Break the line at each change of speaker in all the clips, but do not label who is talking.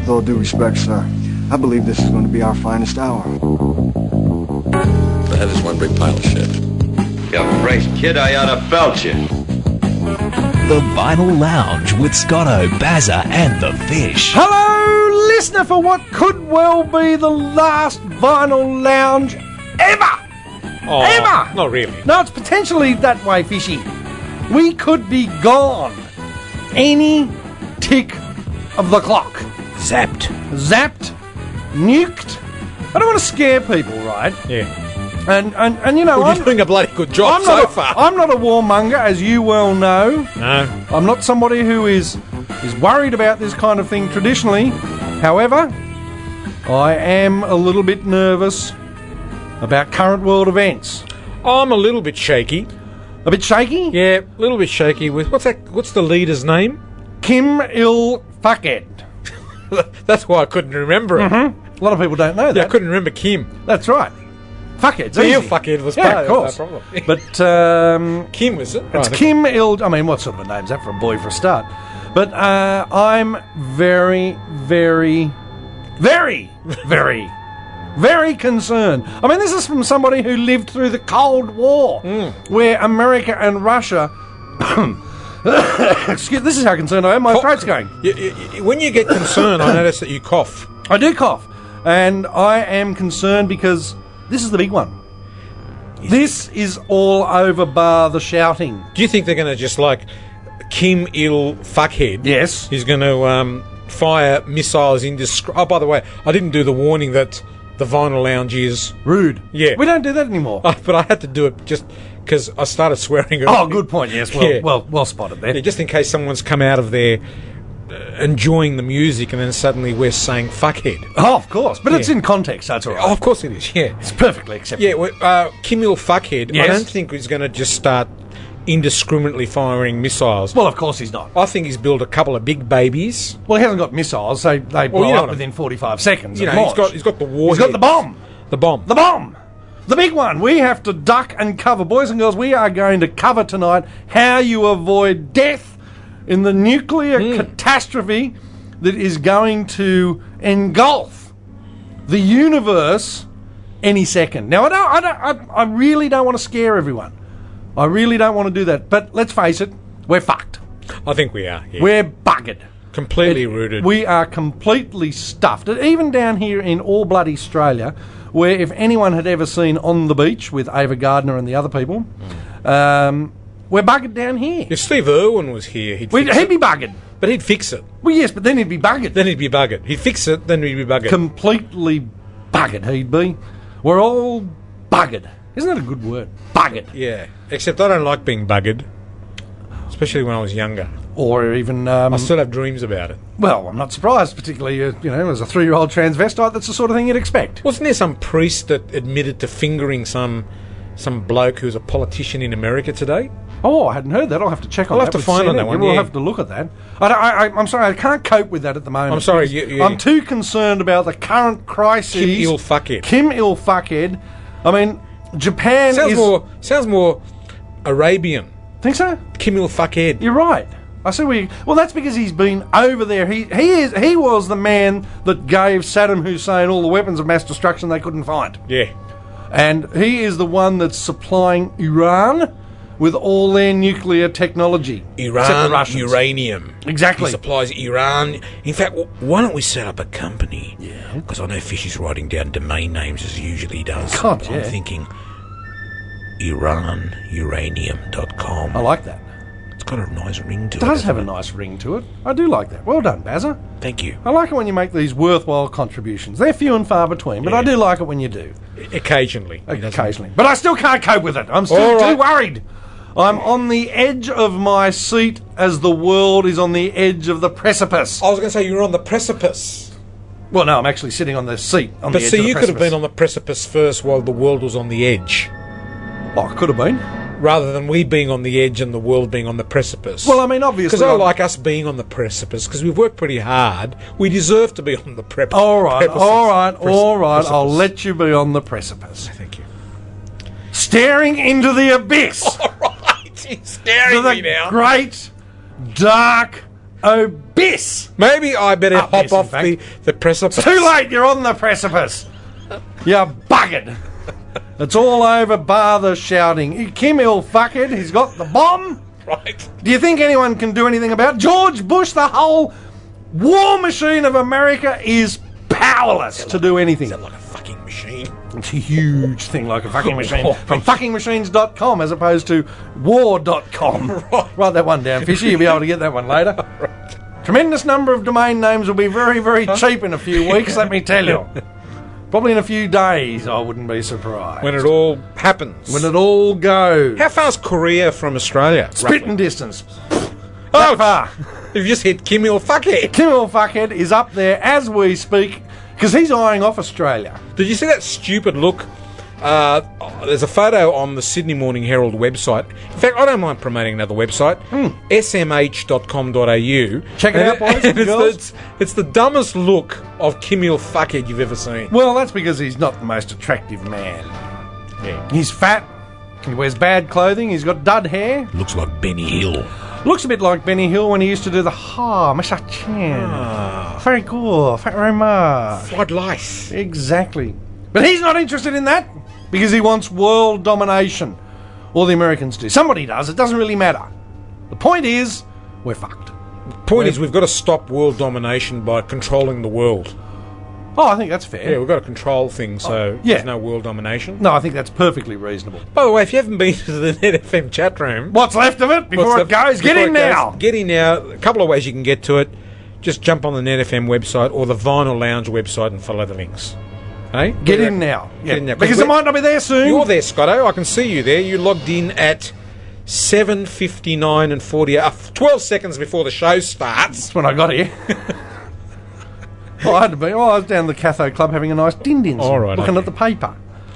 With all due respect, sir, I believe this is going to be our finest hour.
The head is one big pile of shit.
You great kid, I ought to belt you.
The Vinyl Lounge with Scotto, Bazza, and the Fish.
Hello, listener, for what could well be the last vinyl lounge ever.
Oh,
Ever.
Not really.
No, it's potentially that way, Fishy. We could be gone any tick of the clock.
Zapped.
Zapped, nuked. I don't want to scare people, right?
Yeah.
And and, and you know,
Well,
I'm,
you're doing a bloody good job
I'm
so
not a,
far.
I'm not a warmonger, as you well know.
no.
I'm not somebody who is is worried about this kind of thing traditionally. However, I am a little bit nervous about current world events.
I'm a little bit shaky.
A bit shaky.
Yeah, a little bit shaky with what's that? What's the leader's name?
Kim Il Fuckhead.
That's why I couldn't remember
Mm-hmm.
it.
A lot of people don't know
Yeah, I
that.
couldn't remember Kim.
That's right. Fuckhead's
So you
easy.
fuckhead was
yeah, of
part it, no
course.
problem.
but um,
Kim was it? Oh,
it's
Right,
Kim Il. I mean, what sort of a name's that for a boy for a start? But uh, I'm very, very, very, very, very concerned. I mean, this is from somebody who lived through the Cold War,
Hmm.
where America and Russia. Excuse. This is how concerned I am. My
Cough.
throat's going.
You- you- you- when you get concerned, I notice that you cough.
I do cough, and I am concerned because this is the big one. This is all over bar the shouting.
Do you think they're going to just like Kim Il fuckhead?
Yes.
He's going to um, fire missiles indiscr Oh, by the way, I didn't do the warning that the vinyl lounge is.
Rude.
Yeah.
We don't do that anymore.
Oh, but I had to do it just because I started swearing.
oh,
earlier.
good point. Yes. Well,
Yeah.
well, well spotted there.
Yeah, just in case someone's come out of there uh, enjoying the music and then suddenly we're saying fuckhead.
Oh, of course. But it's in context. That's all right.
Oh, of course it is. Yeah.
It's perfectly acceptable.
Yeah, well, uh, Kim Il fuckhead.
Yes.
I don't think he's going to just start indiscriminately firing missiles.
Well, of course he's not.
I think he's built a couple of big babies.
Well, he hasn't got missiles, so they blow
you
up
know what I-
within 45 seconds.
You
of
know, he's
launch.
got he's got the war.
He's got the bomb.
The bomb.
The bomb. The big one. We have to duck and cover. Boys and girls, we are going to cover tonight how you avoid death in the nuclear catastrophe that is going to engulf the universe any second. Now, I, don't, I, don't, I, I really don't want to scare everyone. I really don't want to do that. But let's face it, we're fucked.
I think we are. Yeah.
We're buggered.
completely
It-
rooted.
We are completely stuffed. And Even down here in all bloody Australia, where if anyone had ever seen On the Beach with Ava Gardner and the other people, um, we're buggered down here.
if Steve Irwin was here, he'd
We'd,
fix
he'd
it.
be buggered.
but he'd fix it.
Well, yes, but then he'd be buggered.
Then he'd be buggered. He'd fix it. Then he'd be buggered.
completely buggered he'd be. We're all buggered. Isn't that a good word? Buggered.
yeah. Except I don't like being buggered, especially when I was younger.
Or even, um,
I still have dreams about it.
well, I'm not surprised, particularly, uh, you know, as a three-year-old transvestite, that's the sort of thing you'd expect.
Wasn't there some priest that admitted to fingering some some bloke who's a politician in America today?
Oh, I hadn't heard that. I'll have to check on
I'll
that.
have to
with
find on
CNN.
that one,
We'll
yeah.
have to look at that. I don't, I, I, I'm sorry, I can't cope with that at the moment.
I'm sorry,
because
you- you-
I'm too concerned about the current crisis.
Kim Il fuckhead.
Kim Il fuckhead. I mean, Japan
Sounds
is.
more sounds more Arabian.
Think so?
Kim Il fuckhead.
You're right. I see we. Well, that's because he's been over there. He he is he was the man that gave Saddam Hussein all the weapons of mass destruction they couldn't find.
Yeah.
And he is the one that's supplying Iran with all their nuclear technology. Except the
Iran
Russians.
uranium.
Exactly.
He supplies Iran. In fact, w- why don't we set up a company? Yeah. Because I know Fish is writing down domain names as he usually does.
God,
I'm
yeah.
thinking IranUranium.com.
I like that.
It's got a nice ring to
Oh.
it.
does
doesn't
have a
it?
nice ring to it. I do like that. Well done, Bazza.
Thank you.
I like it when you make these worthwhile contributions. They're few and far between, but I do like it when you do
Occasionally. He doesn't-
occasionally. But I still can't cope with it. I'm still
All right.
too worried. I'm on the edge of my seat as the world is on the edge of the precipice.
I was going to say you were on the precipice.
Well, no, I'm actually sitting on the seat on
But
the edge
see,
of the
you could have
precipice.
been on the precipice first while the world was on the edge,
Oh, I could have been.
rather than we being on the edge and the world being on the precipice.
Well, I mean, obviously,
Because I
I'm-
like us being on the precipice because we've worked pretty hard. We deserve to be on the prep-
All right,
prepices.
all right,
Preci-
all right. I'll
precipice.
let you be on the precipice,
Thank you.
staring into the abyss.
All right, he's staring
to the
me now.
great dark abyss.
Maybe I better
Up
hop
this, Ah, in
off
fact.
the, the precipice.
Too late, you're on the precipice. You're buggered. It's all over, bar the shouting. Kim Il fuckered, he's got the bomb.
Right.
Do you think anyone can do anything about it? George Bush? The whole war machine of America is powerless to do anything.
Like a fucking machine.
It's a huge thing, like a fucking machine from fuckingmachines.com as opposed to war.com. Write that one down, Fisher. You'll be able to get that one later. Tremendous number of domain names will be very, very cheap in a few weeks, let me tell you. Probably in a few days, I wouldn't be surprised.
When it all happens.
When it all goes.
How far's Korea from Australia?
Spitting distance.
Oh,
Far.
You've just hit Kim Il Fuckhead.
Tim Il Fuckhead is up there as we speak because he's eyeing off Australia.
Did you see that stupid look? Uh, oh, there's a photo on the Sydney Morning Herald website. In fact, I don't mind promoting another website, smh.com.au.
Hmm. Check it
And
out, boys and
it's,
girls.
it's, it's the dumbest look of Kim Il Fuckhead you've ever seen.
Well, that's because he's not the most attractive man. He's fat. He wears bad clothing. He's got dud hair.
Looks like Benny Hill.
Looks a bit like Benny Hill when he used to do the ha, Mr.
Ah.
Chan. Very good. Thank you very much.
Fried lice.
Exactly. But he's not interested in that because he wants world domination. All the Americans do. Somebody does. It doesn't really matter. The point is, we're fucked.
Point is, we've got to stop world domination by controlling the world.
Oh, I think that's fair.
Yeah, we've got to control things so
Oh, yeah.
there's no world domination.
No, I think that's perfectly reasonable.
By the way, if you haven't been to the NetFM chat room,
What's left of it before it
What's the-
goes? Get
before
in
it goes,
now.
Get in now. A couple of ways you can get to it. Just jump on the NetFM website or the Vinyl Lounge website and follow the links. Hey,
Get in now. Yeah.
in now.
Because
We're-
it might not be there soon.
You're there, Scotto. I can see you there. You logged in at 7:59 and 40, uh, 12 seconds before the show starts.
That's when I got here. well, Oh, I had to be. Well, I was down at the Catho Club having a nice din din,
All right,
looking
okay.
at the paper,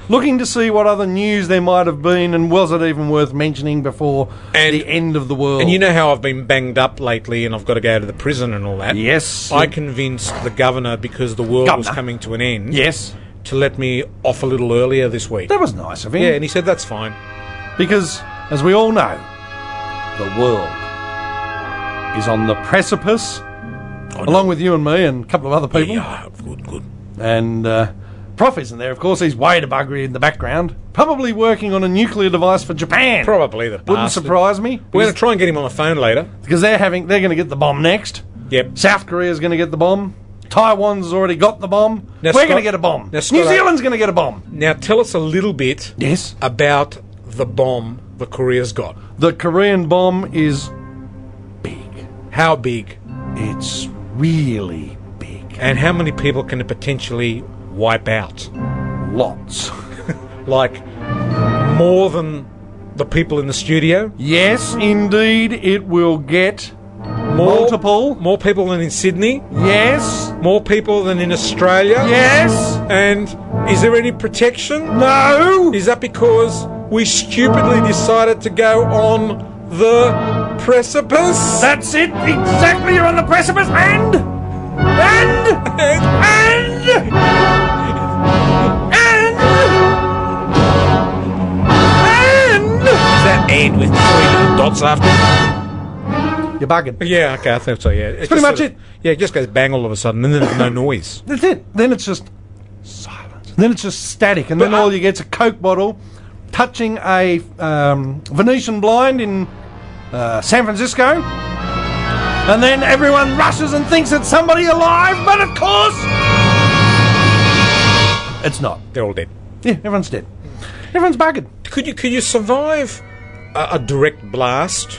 looking to see what other news there might have been, and was it even worth mentioning before
And-
the end of the world?
And you know how I've been banged up lately, and I've got to go to the prison and all that.
Yes.
I convinced the governor because the world was
Governor.
coming to an end.
yes,
to let me off a little earlier this week.
that was nice of him.
Yeah, and he said that's fine.
Because, as we all know, the world is on the precipice, along with you and me and a couple of other people.
Yeah, good, good.
And uh, Prof isn't there, of course. He's way to buggery in the background, probably working on a nuclear device for Japan.
Probably the
Wouldn't
bastard.
surprise me
We're going to try and get him on the phone later.
because they're having they're going to get the bomb next.
Yep.
South Korea's going to get the bomb. Taiwan's already got the bomb. We're
Now, Scott-
going to get a bomb.
now,
New
Scott, I-
Zealand's going to get a bomb.
Now tell us a little bit
Yes.
about the bomb that Korea's got.
The Korean bomb is big.
How big
It's really big.
and how many people can it potentially wipe out?
Lots.
Like more than the people in the studio?
Yes, indeed, it will get.
More,
Multiple?
More people than in Sydney?
Yes.
More people than in Australia?
Yes.
And is there any protection?
No.
Is that because we stupidly decided to go on the precipice?
That's it. Exactly. You're on the precipice. And. And. And. And. And.
that end with three little dots after?
You're bugging.
Yeah, okay, I think so, yeah. It's
pretty
just
much
sort of-
it.
Yeah, it just goes bang all of a sudden, and then there's no noise.
That's it. Then it's just silence. Then it's just static, and then
But I-
all you get's a Coke bottle touching a um, Venetian blind in uh, San Francisco. And then everyone rushes and thinks it's somebody alive, but of course, it's not.
They're all dead.
Yeah, everyone's dead. Everyone's buggered.
Could you could you survive a, a direct blast?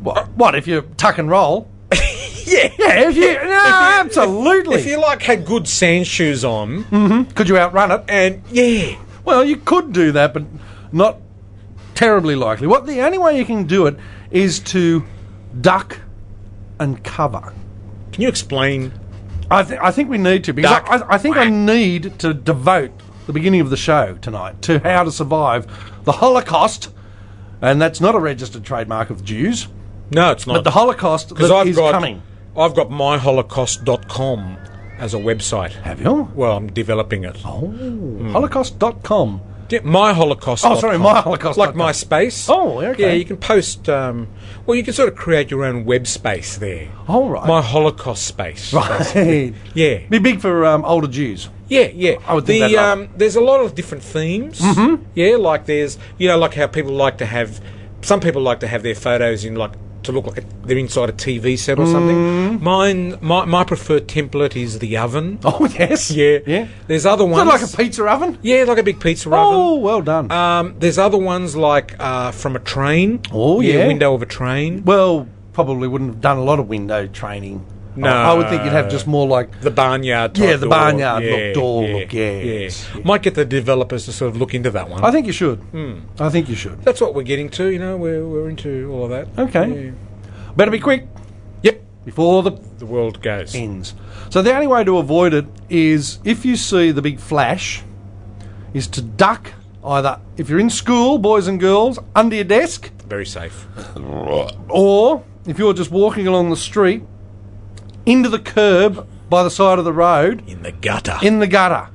What? What if you tuck and roll?
Yeah.
Yeah, if you no, absolutely.
If you like had good sand shoes on,
could you outrun it?
and yeah,
Well, you could do that, but not terribly likely. What the only way you can do it is to duck and cover.
can you explain?
I, th- I think we need to because
Duck.
I, I, I think I need to devote the beginning of the show tonight to how to survive the Holocaust, and that's not a registered trademark of Jews,
No, it's not
but the Holocaust that
because I've
is
got
coming.
I've got myholocaust.com as a website.
Have you?
Well, I'm developing it.
Holocaust.com.
Yeah, my Holocaust.
Oh, sorry, my Holocaust
Like
dot com.
MySpace.
Oh, okay.
Yeah, you can post. Um, well, you can sort of create your own web space there.
All right.
My Holocaust space.
Right.
Yeah.
Be big for um, older Jews.
Yeah, yeah.
I would
the,
think uh, they'd love
um, There's a lot of different themes. Mm-hmm. Yeah, like there's you know like how people like to have some people like to have their photos in like to look like they're inside a TV set or something.
Mm-hmm.
Mine, my, my preferred template is the oven.
Oh, yes.
Yeah,
Yeah.
There's other
Is that
ones
like a pizza oven?
yeah, like a big pizza oven.
Oh, well done.
Um, there's other ones like uh, from a train.
Oh, yeah.
window of a train.
well, probably wouldn't have done a lot of window training.
No.
I, I would think you'd have just more like.
The barnyard.
Yeah,
type
the
door.
barnyard look, door look, yes,
yeah. Might get the developers to sort of look into that one.
I think you should. I think you should.
That's what we're getting to. You know, we're we're into all of that.
Okay.
Yeah.
Better be quick
Yep.
before the
The world goes.
ends. So the only way to avoid it is if you see the big flash, is to duck either if you're in school, boys and girls, under your desk,
Very safe.
or if you're just walking along the street, into the curb by the side of the road,
In the gutter.
in the gutter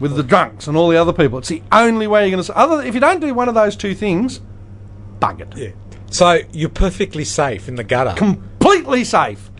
with the drunks and all the other people. It's the only way you're going to. Other if you don't do one of those two things, bug it.
yeah. So you're perfectly safe in the gutter.
Completely safe,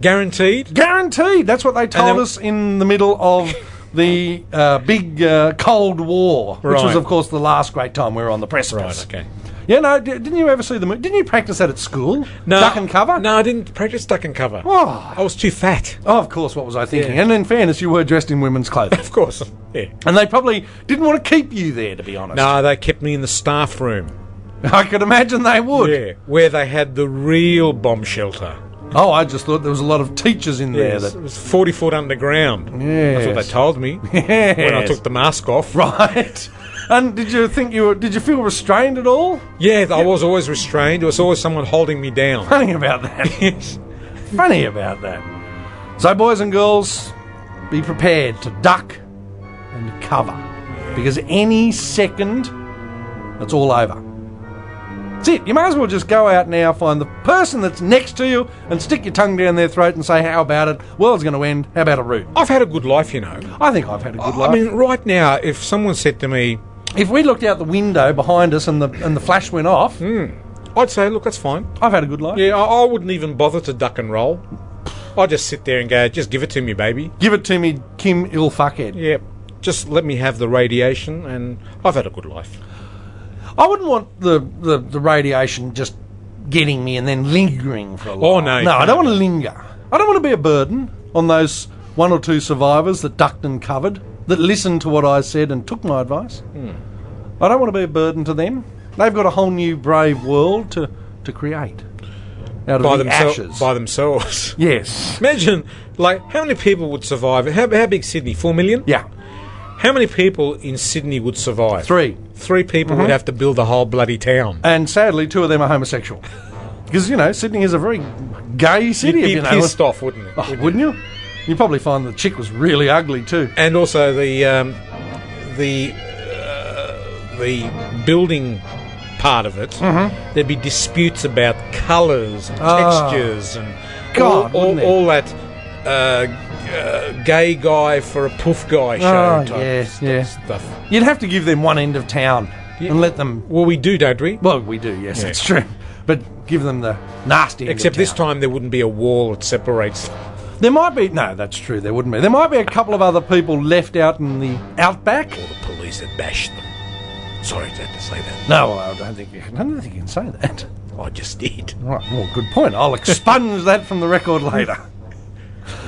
Guaranteed.
guaranteed. That's what they told
then-
us in the middle of the uh, big uh, Cold War, which was
Right.
of course the last great time we were on the precipice.
Right. Okay.
Yeah. No. di- Didn't you ever see the? mo- Didn't you practice that at school?
No.
Duck and cover.
No, I didn't practice duck and cover.
Oh.
I was too fat.
Oh, of course. What was I thinking?
Yeah.
And in fairness, you were dressed in women's clothing,
Of course. Yeah.
and they probably didn't want to keep you there. To be honest,
No, they kept me in the staff room.
I could imagine they would.
Yeah, where they had the real bomb shelter.
Oh, I just thought there was a lot of teachers in there
Yes,
that
it was 40 foot underground. That's what
Yes.
they told me when I
Yes.
took the mask off.
Right. And did you think you were, did you feel restrained at all?
Yeah, I was always restrained. There was always someone holding me down.
Funny about that.
Yes.
Funny about that. So, boys and girls, be prepared to duck and cover because any second, it's all over. That's it. You may as well just go out now, find the person that's next to you, and stick your tongue down their throat and say, "How about it? World's going to end. How about a root?"
I've had a good life, you know.
I think I've had a good life.
I mean, right now, if someone said to me,
if we looked out the window behind us and the and the flash went off,
I'd say, look, that's fine.
I've had a good life.
Hmm. Yeah, I, I wouldn't even bother to duck and roll. I'd just sit there and go, just give it to me, baby.
Give it to me, Kim Il Fuckhead.
Yeah, just let me have the radiation, and I've had a good life.
I wouldn't want the, the, the radiation just getting me and then lingering for a while.
Oh, no, you
No, I
can't.
don't want to linger. I don't want to be a burden on those one or two survivors that ducked and covered, that listened to what I said and took my advice.
Hmm.
I don't want to be a burden to them. They've got a whole new brave world to, to create out of
By,
the
themselves.
ashes.
by themselves.
yes.
Imagine, like, how many people would survive? How, how big Sydney? Four million?
Yeah.
How many people in Sydney would survive?
Three. Mm-hmm. Uh,
Three people would have to build the whole bloody town.
And sadly, two of them are homosexual. Because, you know, Sydney is a very gay city,
You'd
if
be
you know.
pissed off, wouldn't it?
Oh, wouldn't you? You'd probably find the chick was really ugly too.
And also the um, the uh, the building part of it. There'd be disputes about colours and
Mm-hmm. Ah.
textures and
God,
all, all,
wouldn't it?
all that. Uh, uh, gay guy for a poof guy show
Ah,
type
yes,
st-
yeah.
stuff.
You'd have to give them one end of town and let them.
Well, we do, don't we?
Well, we do, yes,
Yeah.
that's true. But give them the nasty. end of
Except this
town.
time there wouldn't be a wall that separates.
there might be no. That's true. There wouldn't be. There might be a couple of other people left out in the outback.
The police had bashed them. Sorry to have to say that.
No, I don't think you can. I don't think you can say that.
I just did.
All right, well, good point. I'll expunge that from the record later.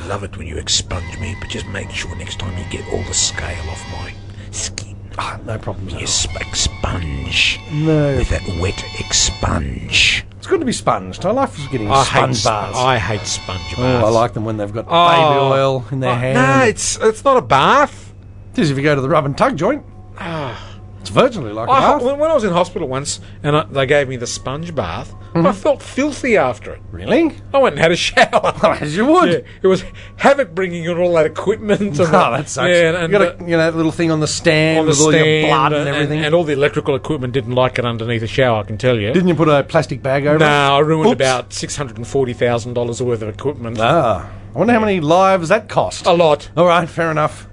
Love it when you expunge me, but just make sure next time you get all the scale off my skin.
Ah, no problems. At all.
Yes, expunge.
No.
With that wet expunge.
It's good to be sponged. I like getting
I hate,
sponge
sp-
bars.
I hate sponge bars.
Oh, I like them when they've got
Oh.
baby oil in their
Oh,
hand.
No, it's it's not a bath.
It is if you go to the rub and tug joint.
Ah.
It's virtually like a
I,
bath.
when when I was in hospital once and I, they gave me the sponge bath, I felt filthy after it.
Mm-hmm. Really?
I went and had a shower.
Well, as you would.
Yeah, it was havoc bringing in all that equipment. And
Oh, that sucks.
Yeah, and, and
you
the-
got a, you know that little thing on the stand
on the
with all your
stand
blood and,
and,
everything.
and all the electrical equipment didn't like it underneath a shower, I can tell you.
Didn't you put a plastic bag over
no,
it?
I ruined
Oops.
about six hundred and forty thousand dollars worth of equipment.
Ah, I wonder how many lives that cost.
A lot.
All right, fair enough.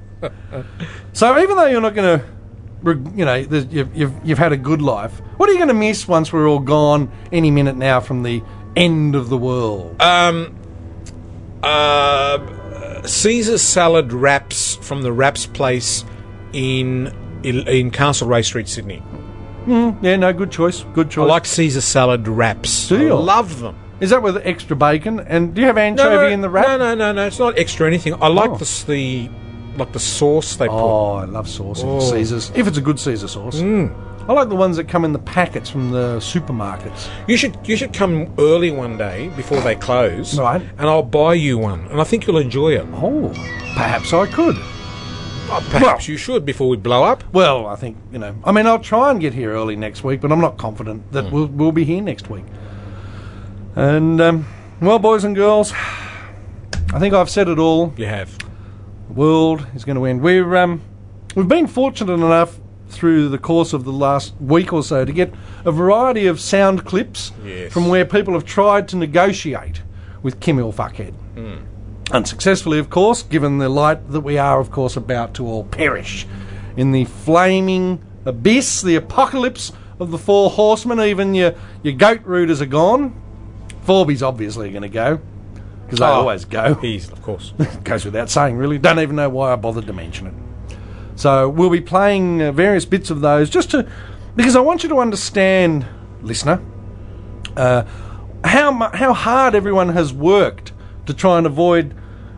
so even though you're not going to reg- you know, there's- you've, you've, you've had a good life. What are you going to miss once we're all gone any minute now from the end of the world?
Uh, Caesar salad wraps from the Wraps Place in in Castlereagh Street, Sydney.
yeah, no, good choice. Good
I
choice.
like Caesar salad wraps.
Do you?
I love them.
Is that with extra bacon? And do you have anchovy in the wrap?
No, no, no, no. It's not extra anything. I like
Oh.
the s- the like the sauce they put.
Oh, Mm. I love sauce in Caesars. If it's a good Caesar sauce. I like the ones that come in the packets from the supermarkets.
You should you should come early one day before they close.
Right.
And I'll buy you one, and I think you'll enjoy it.
Oh, perhaps I could.
Uh, Perhaps you should before we blow up.
Well, I think, you know, I mean, I'll try and get here early next week, but I'm not confident that we'll, we'll be here next week. And, um, well, boys and girls, I think I've said it all.
You have.
world is going to end. We're um, we've been fortunate enough through the course of the last week or so to get a variety of sound clips
Yes.
from where people have tried to negotiate with Kim Il Fuckhead.
Hmm.
Unsuccessfully, of course, given the light that we are, of course, about to all perish in the flaming abyss, the apocalypse of the four horsemen. Even your, your goat rooters are gone. Forby's obviously going to go because they
Oh.
always go
He's of course.
goes without saying, really. Don't even know why I bothered to mention it. So we'll be playing uh, various bits of those just to, because I want you to understand, listener, uh, how mu- how hard everyone has worked to try and avoid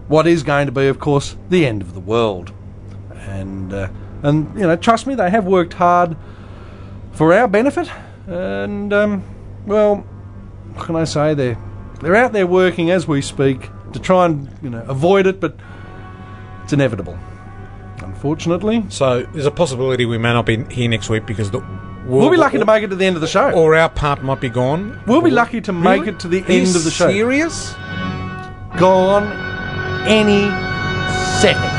what is going to be, of course, the end of the world. And uh, and you know, trust me, they have worked hard for our benefit. And um, well, what can I say? They're they're out there working as we speak to try and you know avoid it, but it's inevitable. Unfortunately,
so there's a possibility we may not be here next week because the
we'll be lucky to make it to the end of the show.
or our part might be gone.
We'll be lucky to make it to the
Are you
end of the show.
Serious?
Gone any second.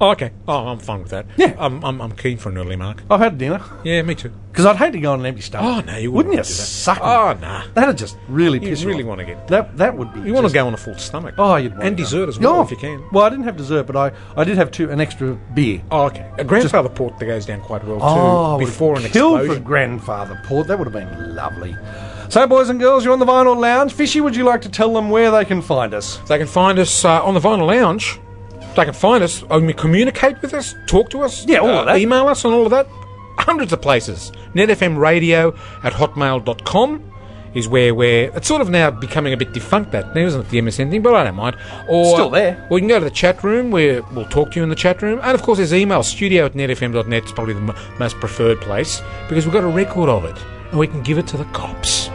Oh, okay. Oh, I'm fine with that.
Yeah.
I'm, I'm, I'm keen for an early mark.
I've had dinner
Yeah, me too.
because I'd hate to go on an empty stomach.
Oh, no, you
wouldn't
wouldn't
you?
do that.
Suck. it.
Oh, nah.
That'd just really
You
piss you
really
off.
want to get.
That that would be.
You want to
just-
go on a full stomach.
Oh, you'd want
And
to go.
dessert as well,
Oh.
if you can.
Well, I didn't have dessert, but I, I did have two an extra beer.
Oh, okay. A grandfather port that goes down quite well, too.
Oh,
before an
would've killed
explosion.
for grandfather port. That would have been lovely. So, boys and girls, you're on the Vinyl Lounge. Fishy, would you like to tell them where they can find us?
They can find us uh, on the Vinyl Lounge. They can find us. I mean, communicate with us, talk to us.
Yeah, all of
uh,
that.
Email us and all of that. Hundreds of places. NetFMradio at hotmail.com is where we're. It's sort of now becoming a bit defunct, that now, isn't it? The MSN thing, but I don't mind. Or
Still there.
Or you can go to the chat room where we'll talk to you in the chat room. And of course, there's email studio at netfm.net is probably the m- most preferred place because we've got a record of it and we can give it to the cops.